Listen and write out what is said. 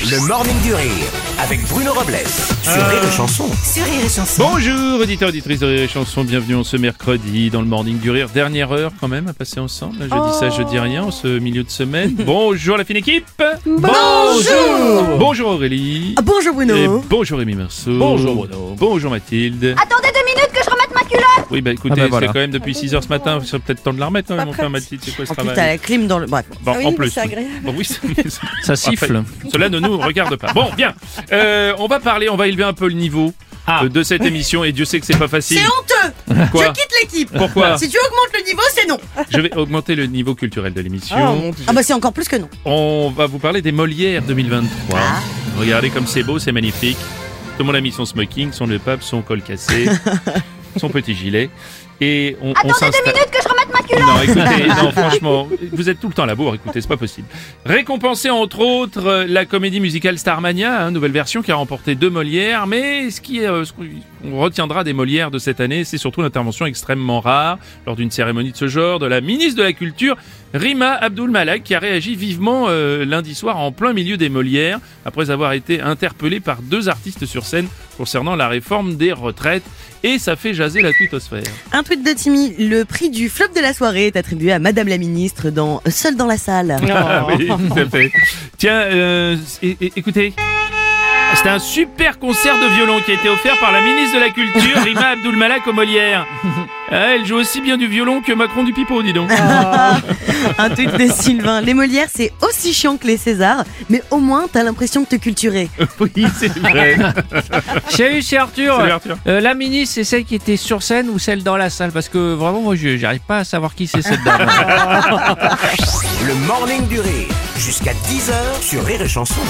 Le Morning du Rire avec Bruno Robles sur Rire et Chanson. sur Rire et Chanson. Bonjour auditeurs, auditrices de Rire et Chanson, bienvenue en ce mercredi dans le Morning du Rire. Dernière heure quand même à passer ensemble, je dis ça, je dis rien, en ce milieu de semaine. Bonjour la fine équipe Bonjour Bonjour Aurélie Ah, bonjour Bruno. Et bonjour Rémi Marceau Bonjour Bruno Bonjour Mathilde Attendez deux minutes que je remette ma culotte Oui bah écoutez, Ah bah voilà. c'est quand même depuis 6h ce matin, c'est peut-être temps de la remettre quand même, enfin Mathilde, c'est quoi ce en plus travail t'as la clim dans le. Bref. Bon, oui, en mais plus. c'est agréable. Bon, oui, c'est- c'est- Ça siffle. Enfin, cela ne nous regarde pas. Bon, bien. Euh, on va parler, on va élever un peu le niveau Ah. euh, de cette émission et Dieu sait que c'est pas facile. C'est honteux. Quoi je quitte l'équipe. Pourquoi Si tu augmentes le niveau, c'est non. Je vais augmenter le niveau culturel de l'émission. Ah bah c'est encore plus que non. On va vous parler des Molières 2023. Ah. Regardez comme c'est beau, c'est magnifique. Tout le monde a mis son smoking, son le pape, son col cassé, son petit gilet. Et on, on Attendez deux s'installe. minutes que je remette ma culotte Non, écoutez, non, franchement, vous êtes tout le temps à la bourre, écoutez, c'est pas possible. Récompensée entre autres euh, la comédie musicale Starmania, hein, nouvelle version qui a remporté deux Molières, mais ce qui euh, ce qu'on retiendra des Molières de cette année, c'est surtout l'intervention extrêmement rare lors d'une cérémonie de ce genre de la ministre de la Culture, Rima Abdul Malak, qui a réagi vivement euh, lundi soir en plein milieu des Molières, après avoir été interpellée par deux artistes sur scène concernant la réforme des retraites, et ça fait jaser la twittosphère. Un tweet de Timmy. Le prix du flop de la soirée est attribué à Madame la Ministre dans Seul dans la salle. Ah oui, tout à fait. Tiens, euh, é- é- écoutez. C'était un super concert de violon qui a été offert par la ministre de la Culture, Rima Abdul-Malak aux Molières. Ah, elle joue aussi bien du violon que Macron du pipeau, dis donc. Un tweet de Sylvain. Les Molières, c'est aussi chiant que les Césars, mais au moins t'as l'impression de te culturer. Oui, c'est vrai. Salut, c'est Arthur. Salut, Arthur. Euh, la ministre, c'est celle qui était sur scène ou celle dans la salle Parce que vraiment, moi, je j'arrive pas à savoir qui c'est cette dame. Le Morning du Rire jusqu'à 10h sur Rire et Chanson.